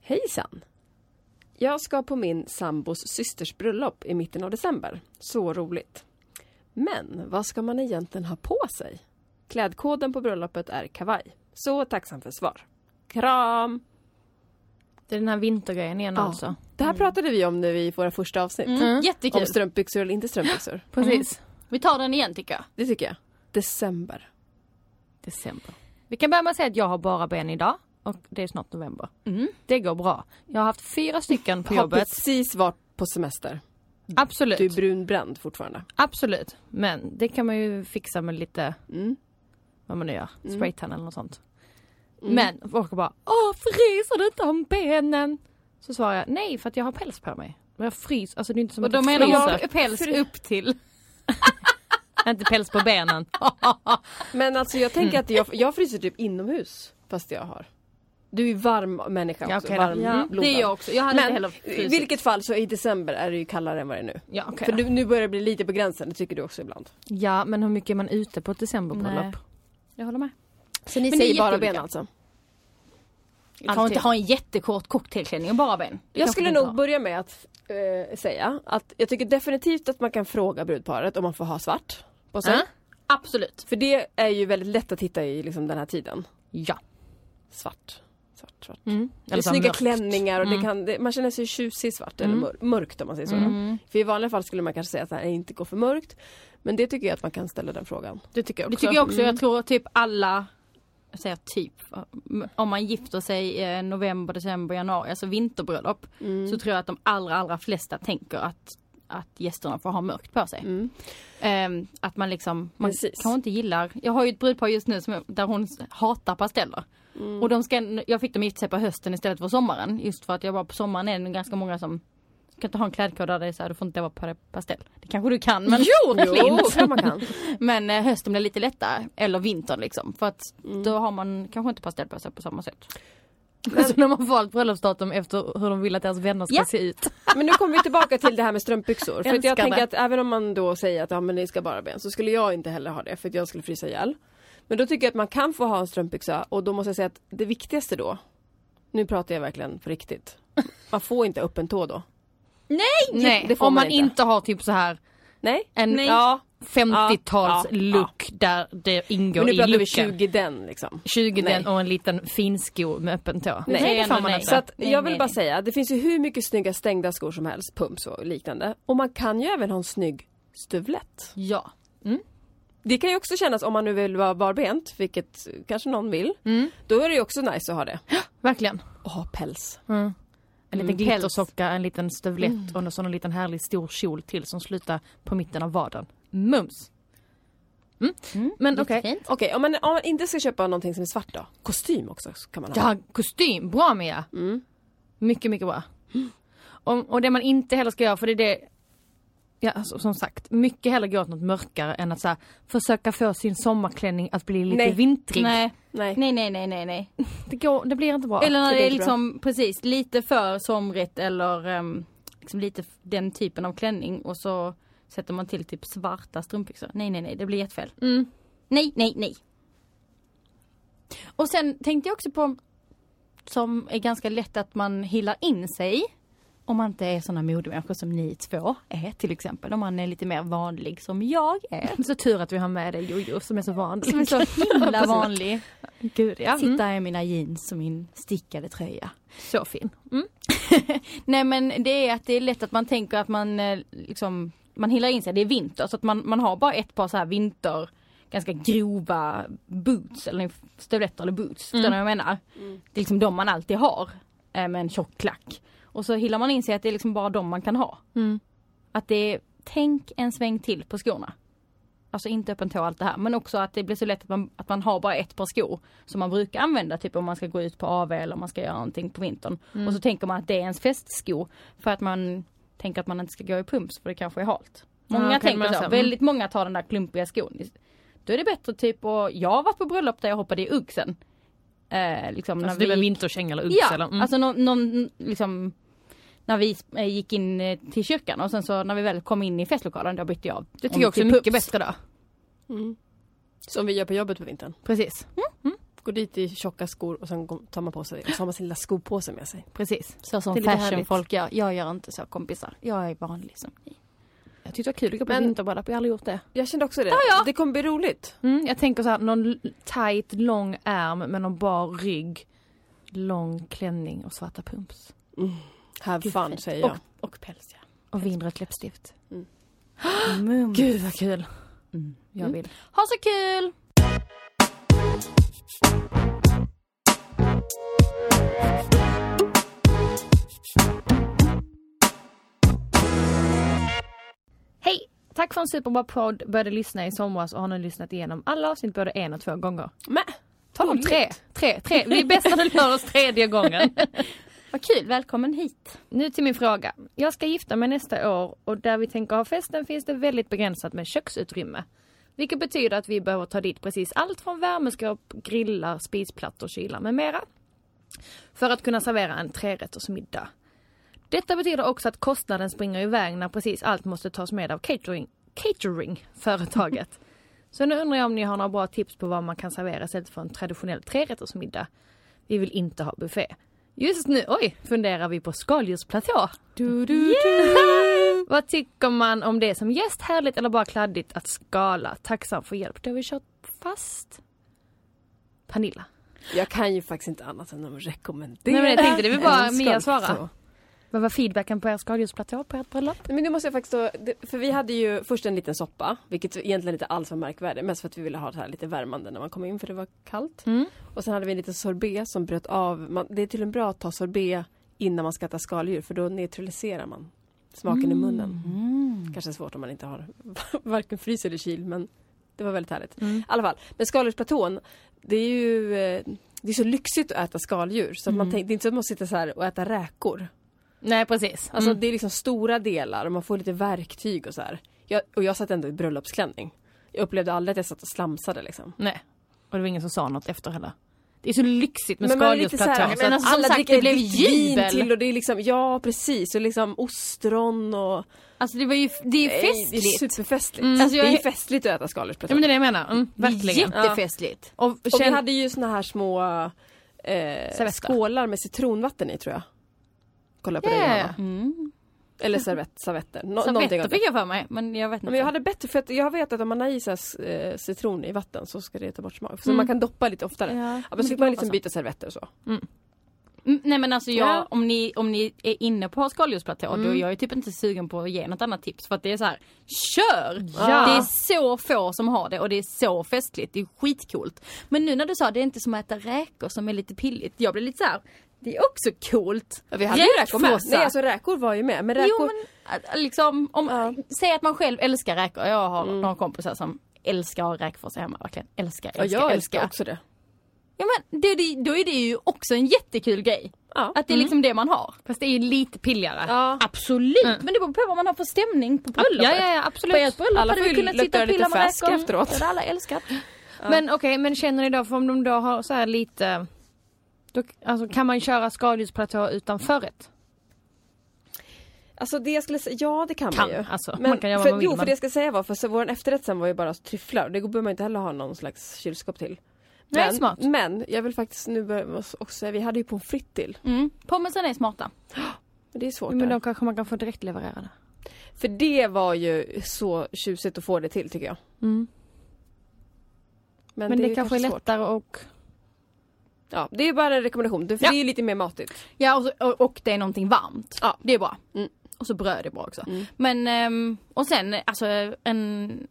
D: Hejsan! Jag ska på min sambos systers bröllop i mitten av december. Så roligt! Men vad ska man egentligen ha på sig? Klädkoden på bröllopet är kavaj. Så tacksam för svar. Kram!
C: Det är den här vintergrejen igen alltså. Mm.
D: Det här pratade vi om nu i våra första avsnitt.
C: Jättekul.
D: Om strumpbyxor eller inte strumpbyxor.
B: Precis.
C: Vi tar den igen tycker jag.
D: Det tycker jag. December.
C: December. Vi kan börja med att säga att jag har bara ben idag och det är snart november. Det går bra. Jag har haft fyra stycken på
D: har
C: jobbet.
D: precis varit på semester.
C: Absolut.
D: Du är brunbränd fortfarande.
C: Absolut. Men det kan man ju fixa med lite vad man nu gör. Spraytan eller något sånt. Men folk bara Åh fryser du inte om benen? Så svarar jag nej för att jag har päls på mig. Men jag fryser, alltså det är inte som
B: Och
C: att
B: då
C: jag
B: menar
C: fryser.
B: hon päls
C: upp till. inte päls på benen.
D: Men alltså jag tänker
C: Mm.
D: att jag, jag fryser typ inomhus. Fast jag har. Du är ju varm människa också.
C: Ja, okej då.
D: varm
C: Ja,
D: blodad.
C: det är jag också. Jag hade inte heller
D: Men i
C: frusit.
D: vilket fall så i december är det ju kallare än vad det är nu.
C: Ja, okej
D: För
C: då.
D: du, nu börjar det bli lite på gränsen, det tycker du också ibland.
C: ja men hur mycket är man ute på ett decemberbröllop?
B: Nej.
C: Jag håller med.
D: Så ni
C: Men det är
D: säger bara
C: jätteolika.
D: ben alltså?
C: Du kan inte ha en jättekort cocktailklänning och bara ben. Det
D: Jag
C: kanske
D: skulle
C: inte
D: nog
C: har.
D: börja med att eh, säga att jag tycker definitivt att man kan fråga brudparet om man får ha svart på sig.
C: Ja, Absolut.
D: För det är ju väldigt lätt att hitta i liksom, den här tiden.
C: Ja.
D: Svart. Svart, svart. Det är
C: Eller så
D: snygga
C: mörkt.
D: klänningar och
B: Mm.
D: det kan, det, man känner sig tjusig i svart eller mör, mörkt om man säger så.
B: Mm.
D: För i vanliga fall skulle man kanske säga att nej, inte gå för mörkt. Men det tycker jag att man kan ställa den frågan.
B: Det tycker jag
C: Det
B: också.
C: tycker jag också. Jag tror typ alla, jag säger typ, om man gifter sig i november, december, januari, alltså vinterbröllop. Så tror jag att de allra, allra flesta tänker att, att gästerna får ha mörkt på sig. Ehm, att man liksom, man
D: Precis.
C: kanske inte gillar, jag har ju ett brudpar just nu som, där hon hatar pasteller. Och de ska, jag fick dem att gifta sig på hösten istället för sommaren. Just för att jag bara på sommaren är det nog ganska många som kan inte ha en klädkod där det är så här, du får inte vara para- pastell. Det kanske du kan
B: Mm.
C: men
D: Jo,
C: Flint.
D: jo, man kan.
C: Men eh, hösten blir lite lättare, eller vintern liksom. För att
D: Mm.
C: då har man kanske inte pastellpåsar på samma sätt.
B: Alltså när man valt bröllopsdatum efter hur de vill att deras vänner ska
C: Ja.
B: se ut.
D: Men nu kommer vi tillbaka till det här med strumpbyxor. För att
C: Älskar
D: jag tänker
C: det.
D: att även om man då säger att ja, men ni ska bara ha ben så skulle jag inte heller ha det för att jag skulle frysa ihjäl. Men då tycker jag att man kan få ha en strumpbyxa och då måste jag säga att det viktigaste då, nu pratar jag verkligen på riktigt, man får inte ha öppen tå då.
B: Nej,
D: det får
B: om
D: man
B: man inte.
D: inte.
B: har typ så här
D: Nej?
B: en
D: Nej.
B: ja, 50-tals
D: Ja, ja,
B: look där det
D: Men
B: ingår
D: nu
B: i
D: pratar vi
B: looken.
D: 20 den liksom.
B: 20 den
D: Nej.
B: och en liten finsko med öppen tå.
D: Nej,
C: Nej,
D: det får
C: nej,
D: man
C: nej.
D: inte. Så att
C: Nej,
D: jag vill
C: nej,
D: bara
C: nej.
D: säga, det finns ju hur mycket snygga stängda skor som helst, pumps och liknande. Och man kan ju även ha en snygg stuvlett.
C: Ja.
D: Det kan ju också kännas om man nu vill vara barbent, vilket kanske någon vill.
B: Mm.
D: Då är det ju också nice att ha det.
B: Verkligen.
D: Och ha päls.
B: En liten glittersocka, en liten stövlett
C: Mm.
B: och en sån liten härlig stor kjol till som slutar på mitten av vaden. Mums! Mm. Men okej.
C: Jättefint.
D: Okej, om, man- om man inte ska köpa någonting som är svart då? Kostym också kan man ha.
B: Ja, kostym. Bra Mia!
C: Mm.
B: Mycket, mycket bra. Och, och det man inte heller ska göra, för det är det Ja, alltså, som sagt, mycket hellre gå åt något mörkare än att så här, försöka få sin sommarklänning att bli lite
D: Nej.
B: vintrig.
C: Nej.
D: Nej.
C: nej, nej, nej, nej, nej.
B: Det, går, det blir inte bra.
C: Eller när
D: det
C: det är
D: är inte bra.
C: liksom precis lite för somrigt eller ehm, liksom lite f- den typen av klänning och så sätter man till typ svarta strumpbyxor. Nej nej nej, det blir jättefel. Nej nej nej. Och sen tänkte jag också på som är ganska lätt att man hillar in sig om man inte är sådana modemänniskor som ni två är till exempel. Om man är lite mer vanlig som jag är.
B: Så tur att vi har med dig Jojo som är så vanlig.
C: Som är så himla vanlig.
B: Gud ja. Mm.
C: Sitta i mina jeans och min stickade tröja.
B: Så fin.
C: Nej men det är att det är lätt att man tänker att man eh, liksom man hillar in sig, det är vinter så att man, man har bara ett par så här vinter ganska grova boots eller stövletter eller boots, förstår ni vad jag menar? Det är liksom de man alltid har eh, med en tjock klack. Och så hillar man in sig att det är liksom bara de man kan ha. Att det är, tänk en sväng till på skorna. Alltså inte öppen tå och allt det här men också att det blir så lätt att man, att man har bara ett par skor som man brukar använda typ om man ska gå ut på AV eller om man ska göra någonting på vintern.
B: Mm.
C: Och så tänker man att det är ens festsko för att man tänker att man inte ska gå i pumps för det kanske är halt. Många
B: Ja, kan man
C: tänker så,
B: säga. Mm.
C: väldigt många tar den där klumpiga skon. Då är det bättre typ att, jag har varit på bröllop där jag hoppade i Uggsen. Eh, liksom
B: Alltså
C: när
B: det
C: vi
B: är väl vinterkänga eller
C: Ja,
B: Uggs eller? Mm.
C: alltså någon, någon liksom när vi eh, gick in eh, till kyrkan och sen så när vi väl kom in i festlokalen då bytte jag.
B: det
C: om
B: tycker jag också är
C: till
B: mycket
C: pups.
B: bättre då.
D: Som vi gör på jobbet på vintern.
B: Precis,
D: Går dit i tjocka skor och sen går- tar man på sig och så har man sin lilla skopåse med sig.
B: precis.
C: Så som
D: Det är lite härligt.
C: fashionfolk gör. Jag gör inte så kompisar. Jag är vanlig som ni.
B: Jag tyckte det var kul att gå på
D: Men-
B: vinterbröllop, jag har aldrig gjort det.
D: Jag kände också det. Det kommer bli roligt.
B: Mm, jag tänker så här, någon l- tight lång ärm med någon bar rygg, lång klänning och svarta pumps.
D: Have fun säger
C: Och,
D: jag.
C: och päls ja.
B: Och vinrött läppstift.
C: Mums.
B: Gud vad kul! Jag vill.
C: Ha så kul!
B: Hej! Tack för en superbra podd. Började lyssna i somras och har nu lyssnat igenom alla avsnitt både en och två gånger.
D: Men,
B: Tala om tre! Tre, tre! Vi är bäst när det gör oss tredje gången.
C: Vad kul, välkommen hit.
B: Nu till min fråga. Jag ska gifta mig nästa år och där vi tänker ha festen finns det väldigt begränsat med köksutrymme. Vilket betyder att vi behöver ta dit precis allt från värmeskåp, grillar, spisplattor, kylar med mera. För att kunna servera en trerättersmiddag. Detta betyder också att kostnaden springer iväg när precis allt måste tas med av catering, cateringföretaget. Så nu undrar jag om ni har några bra tips på vad man kan servera istället för en traditionell trerättersmiddag. Vi vill inte ha buffé. Just nu, oj, funderar vi på skaldjursplatå. Yeah! Vad tycker man om det som gäst? Härligt eller bara kladdigt att skala? Tacksam för hjälp. Då har vi kört fast. Pernilla.
D: jag kan ju faktiskt inte annat än att rekommendera.
B: Nej, men jag tänkte det var bara
D: en
B: Mia
D: skalp,
B: svara.
D: så.
B: Vad var feedbacken på er skaldjursplatå på ert bröllop?
D: Nej, Men nu måste jag faktiskt då, det- för vi hade ju först en liten soppa, vilket egentligen inte alls var märkvärdigt, mest för att vi ville ha det här lite värmande när man kom in för det var kallt. Och sen hade vi en liten sorbet som bröt av, man, det är tydligen bra att ta sorbet innan man ska äta skaldjur för då neutraliserar man smaken i munnen. Kanske svårt om man inte har varken frys eller kyl men det var väldigt härligt. I alla fall, men skaldjursplatån, det är ju eh, det är så lyxigt att äta skaldjur så att man tänk, det är inte så att man sitter så här och äta räkor.
B: Nej precis.
D: Alltså det är liksom stora delar och man får lite verktyg och så här. Jag, och jag satt ändå i bröllopsklänning. Jag upplevde aldrig att jag satt och slamsade liksom.
B: Nej. Och det var ingen som sa något efter heller. Det är så lyxigt med
D: Men man är lite så här,
B: skaldjursplatå.
D: jag menar,
B: Men alltså,
D: Alltså,
B: som
D: alla
B: sagt,
D: dricker
B: det blev
D: vitt vin
B: jubel. Mm,
D: till och det är liksom, ja precis, och liksom ostron och...
C: Alltså det var ju, det är ju
D: Nej, Det är
C: festligt.
D: superfestligt.
C: Mm. Alltså, jag
D: det är
C: är-
D: festligt att äta skaldjursplatta.
B: Ja men det är det jag menar. Mm,
C: Det är
B: verkligen.
C: Jättefestligt.
B: Och,
D: Och vi
B: känn-
D: hade ju såna här små eh,
B: Servetter.
D: skålar med citronvatten i tror jag. Kolla på
B: Ja,
D: dig
B: ja,
D: Johanna.
B: ja.
C: Mm.
D: Eller servett, servetter. Nå- någonting av
C: Servetter
D: det.
C: fick jag för mig, men jag vet
D: Ja,
C: inte.
D: Men jag hade bättre, för att jag vet att om man har i så här, eh, citron i vatten så ska det ta bort smak. Så
B: Mm.
D: man kan doppa lite oftare. Ja,
C: Ja,
D: men så
C: det
D: fick
C: kan
D: man liksom
C: vara så.
D: byta servetter och så.
C: Mm, Nej men alltså jag,
D: Ja.
C: om, ni, om ni är inne på skaldjursplatå då
D: Mm.
C: är jag ju typ inte sugen på att ge något annat tips för att det är så här, kör!
D: Ja.
C: Det är så få som har det och det är så festligt, det är skitcoolt. Men nu när du sa det är inte som att äta räkor som är lite pilligt, jag blev lite så här. det är också coolt.
D: Ja, vi hade ju räkor med.
C: Räkfrossa.
D: Nej alltså räkor var ju med. Men räkor,
C: Jo men äh, liksom, om, säg att man själv älskar räkor, jag har några kompisar som älskar att ha räkfrossa hemma verkligen. Älskar,
D: Mm. ja,
C: älskar,
D: jag älskar
C: älskar.
D: också det.
C: Ja men det, det, då är det ju också en jättekul grej.
D: Ja. Mm.
C: Att det är liksom det man har.
B: Fast det är ju lite pilligare.
D: Ja.
C: Absolut, men det beror på vad man har för stämning på bröllopet.
B: Ja, ja, ja, absolut.
C: På ert bröllop
D: Alla
C: hade
D: får
C: vi
D: ju
C: kunnat sitta
D: lukta
C: och
D: lite
C: pilla med
D: fläsk
C: räkor.
D: efterat.
C: Det hade alla älskat.
B: Men okej, men känner ni då för om de då har så här lite då, alltså, kan man köra skaldjursplatå utan förrätt?
D: Alltså det jag skulle säga, ja det kan,
B: Kan,
D: man ju.
B: alltså.
D: men
B: Man kan göra vad
D: för,
B: man vill,
D: Jo för
B: men-
D: det jag ska säga var, för så, vår efterrätt sen var ju bara tryfflar och det behöver man inte heller ha någon slags kylskåp till.
B: Nej,
D: Men,
B: smart.
D: men jag vill faktiskt nu börja med oss också säga, vi hade ju pommes frites till.
C: Mm. Pommesen är smarta.
D: Men det är svårt
B: Men
D: där.
B: då kanske man kan få direktlevererade.
D: För det var ju så tjusigt att få det till tycker jag.
B: Mm.
D: Men,
B: Men det,
D: ju
B: kanske är
D: svårt.
B: lättare och...
D: Ja, det är bara en rekommendation. Det, för
C: Ja.
D: det är ju lite mer matigt.
C: Ja och, så, och, och det är någonting varmt.
D: Ja.
C: Det är bra.
D: Mm.
C: Och så bröd är bra också.
D: Mm.
C: Men ehm, och sen alltså en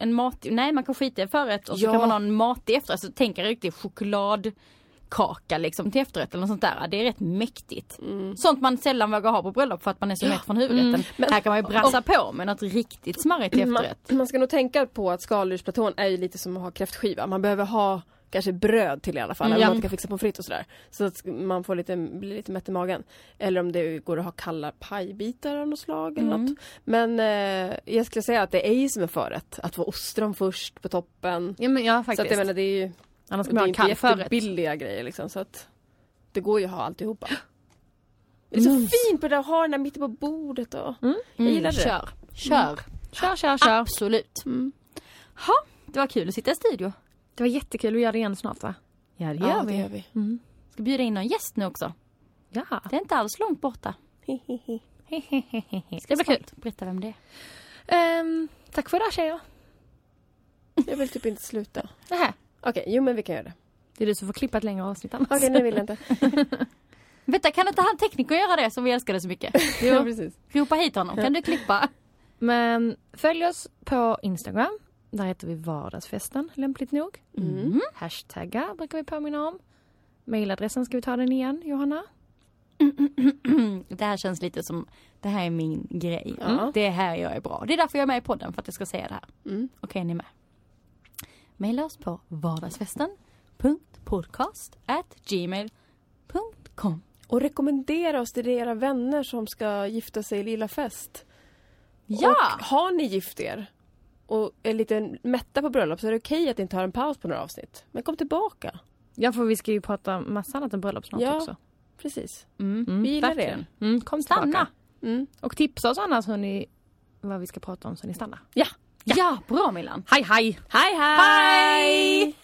C: en mat, nej man kan skita i förrätt och så
D: Ja.
C: kan man ha en matig efterrätt. Så tänk er riktig chokladkaka liksom till efterrätt eller något sånt där. Det är rätt mäktigt. Sånt man sällan vågar ha på bröllop för att man är så mätt från huvudrätten. Här kan man ju brassa på med något riktigt smarrigt till
D: Man,
C: efterrätt.
D: man ska nog tänka på att skaldjursplatån är ju lite som att ha kräftskiva. Man behöver ha kanske bröd till i alla fall.
C: Mm,
D: Eller
C: ja.
D: man kan fixa pommes frites och sådär. Så att man får lite, blir lite mätt i magen. Eller om det går att ha kalla pajbitar av något slag eller något. Men eh, jag skulle säga att det är ju som en förrätt. Att få ostron först på toppen.
B: Ja, men, ja
D: Så att
B: faktiskt.
D: jag menar det är ju
B: Annars
D: det
B: ska
D: är
B: man ha en
D: inte
B: kall förrätt.
D: jättebilliga grejer liksom. Så att det går ju att ha alltihopa. Det är så
B: Mums.
D: fint på det att ha den där mitten på bordet och
C: Mm,
D: Jag gillar det.
C: Kör, kör,
B: Kör, kör, kör.
C: absolut.
D: Mm.
C: Ha, det var kul att sitta i studio.
B: Det var jättekul, vi gör det igen snart va?
C: Ja det
D: Ja, det gör vi.
C: Ska bjuda in någon gäst nu också.
B: Ja.
C: Det är inte alls långt borta.
B: Det blir kul.
C: Berätta vem det är.
B: Ehm, tack för idag tjejer.
D: Jag vill typ inte sluta.
B: Nähä.
D: Okej, jo men vi kan göra det.
B: Det är du som får klippa ett längre avsnitt annars.
D: Okej, nu vill jag inte.
C: Vänta, kan inte han tekniker göra det som vi älskade så mycket?
D: Jo, precis.
C: Ropa hit honom, kan du klippa?
B: Men följ oss på Instagram. Där heter vi Vardagsfesten, lämpligt nog.
D: Mm.
B: Hashtaggar brukar vi påminna om. Mailadressen, ska vi ta den igen Johanna?
C: Det här känns lite som, det här är min grej. Mm.
D: Ja.
C: Det är här jag är bra. Det är därför jag är med i podden, för att jag ska säga det här.
D: Mm.
C: Okej, ni är med. Maila oss på vardagsfesten.podcast.gmail.com
D: Och rekommendera oss till era vänner som ska gifta sig i lilla fest.
C: Ja!
D: Och har ni gift er och är lite mätta på bröllop så är det okej att inte ha en paus på några avsnitt. Men kom tillbaka.
B: Ja för vi ska ju prata massa annat än bröllop snart
D: Ja.
B: också.
D: Precis.
C: Mm.
D: Vi gillar
C: verkligen.
D: er.
B: Mm, kom tillbaka.
C: Stanna!
D: Mm.
B: Och tipsa oss annars hur ni, vad vi ska prata om så ni stannar.
D: Ja.
C: Ja, bra Milan!
B: Hej hej!
D: Hej, hej!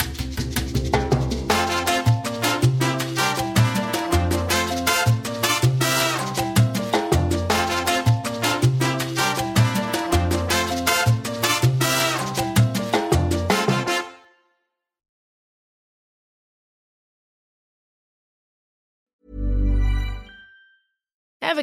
E: Ever